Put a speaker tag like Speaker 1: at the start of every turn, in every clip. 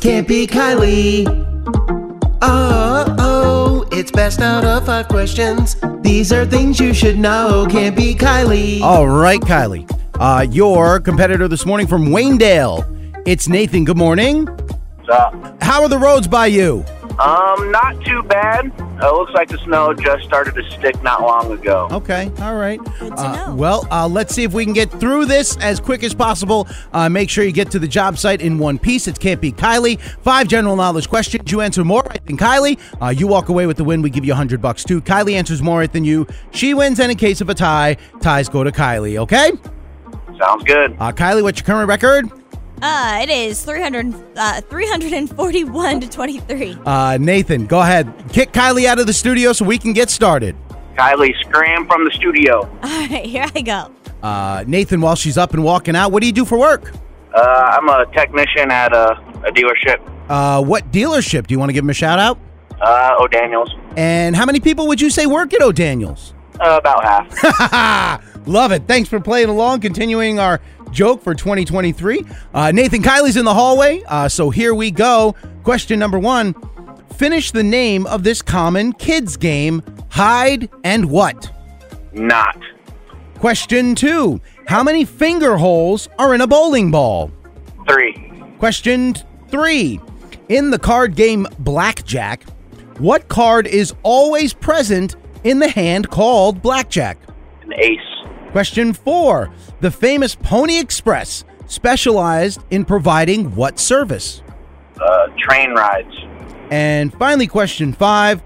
Speaker 1: Can't be Kylie. Oh, oh, it's best out of five questions. These are things you should know. Can't be Kylie.
Speaker 2: All right, Kylie. Uh, your competitor this morning from Wayndale. It's Nathan. Good morning.
Speaker 3: What's up?
Speaker 2: How are the roads by you?
Speaker 3: Um, not too bad. Uh, looks like the snow just started to stick not long ago.
Speaker 2: Okay, all right.
Speaker 4: to
Speaker 2: Uh,
Speaker 4: know.
Speaker 2: well, uh, let's see if we can get through this as quick as possible. Uh, make sure you get to the job site in one piece. It can't be Kylie. Five general knowledge questions. You answer more right than Kylie. Uh, you walk away with the win. We give you 100 bucks too. Kylie answers more right than you. She wins, and in case of a tie, ties go to Kylie, okay?
Speaker 3: Sounds good.
Speaker 2: Uh, Kylie, what's your current record?
Speaker 4: Uh, it is 300, uh, 341 to 23.
Speaker 2: Uh, Nathan, go ahead. Kick Kylie out of the studio so we can get started.
Speaker 3: Kylie, scram from the studio.
Speaker 4: All right, here I go.
Speaker 2: Uh, Nathan, while she's up and walking out, what do you do for work?
Speaker 3: Uh, I'm a technician at a, a dealership,
Speaker 2: Uh, what dealership? Do you want to give him a shout out?
Speaker 3: uh, O'Daniels,
Speaker 2: And how many people would you say work at O'Daniels? Ah,
Speaker 3: uh, about half.
Speaker 2: Love it. Thanks for playing along, continuing our joke for 2023. Uh, Nathan Kiley's in the hallway. Uh, so here we go. Question number one Finish the name of this common kids game hide and what?
Speaker 3: not
Speaker 2: Question two How many finger holes are in a bowling ball?
Speaker 3: three.
Speaker 2: Question three. In the card game Blackjack, what card is always present in the hand called Blackjack?
Speaker 3: An ace.
Speaker 2: Question four. The famous Pony Express specialized in providing what service?
Speaker 3: Uh, train rides.
Speaker 2: And finally, question five.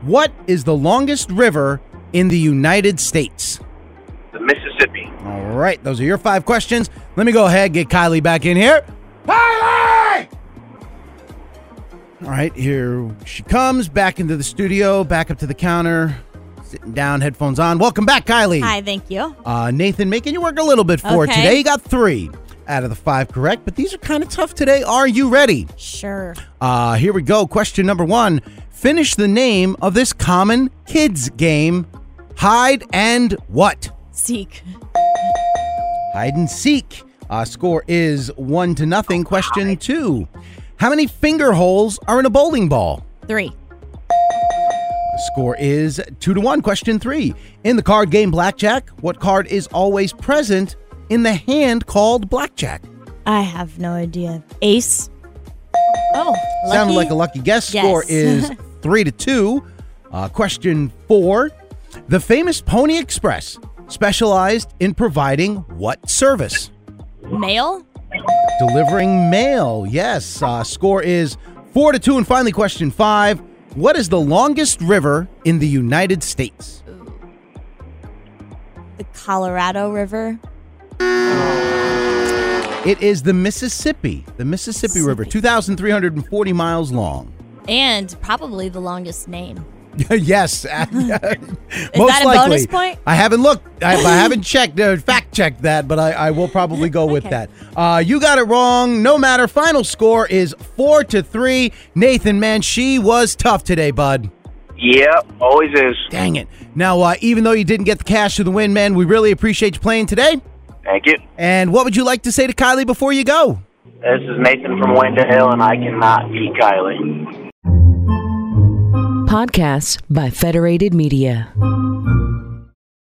Speaker 2: What is the longest river in the United States?
Speaker 3: The Mississippi.
Speaker 2: All right, those are your five questions. Let me go ahead get Kylie back in here. Kylie! All right, here she comes back into the studio, back up to the counter, sitting down, headphones on. Welcome back, Kylie.
Speaker 4: Hi, thank you.
Speaker 2: Uh, Nathan, making you work a little bit for it
Speaker 4: Okay.
Speaker 2: today. You got three out of the five correct, but these are kind of tough today. Are you ready?
Speaker 4: Sure.
Speaker 2: Uh, here we go. Question number one Finish the name of this common kids game Hide and What?
Speaker 4: Seek.
Speaker 2: Hide and seek. Uh, score is one to nothing. Question two How many finger holes are in a bowling ball?
Speaker 4: Three.
Speaker 2: Score is two to one. Question three In the card game Blackjack, what card is always present in the hand called Blackjack?
Speaker 4: I have no idea. Ace. Oh, lucky.
Speaker 2: Sounded like a lucky guess.
Speaker 4: Yes.
Speaker 2: Score is three to two. Uh, question four The famous Pony Express specialized in providing what service?
Speaker 4: Male?
Speaker 2: Delivering mail. Yes. Uh, score is four to two. And finally, question five What is the longest river in the United States?
Speaker 4: The Colorado River?
Speaker 2: It is the Mississippi, the Mississippi River, 2,340 miles long.
Speaker 4: And probably the longest name.
Speaker 2: yes, uh, most
Speaker 4: that a
Speaker 2: likely.
Speaker 4: bonus point?
Speaker 2: I haven't looked. I, I haven't checked, uh, fact checked that, but I, I will probably go with
Speaker 4: Okay.
Speaker 2: that. Uh, you got it wrong. No matter. Final score is four to three. Nathan, man, she was tough today, bud.
Speaker 3: Yep, always is.
Speaker 2: Dang it. Now, uh, even though you didn't get the cash to the win, man, we really appreciate you playing today.
Speaker 3: Thank you.
Speaker 2: And what would you like to say to Kylie before you go?
Speaker 3: This is Nathan from Winter Hill, and I cannot be Kylie.
Speaker 5: Podcasts by Federated Media.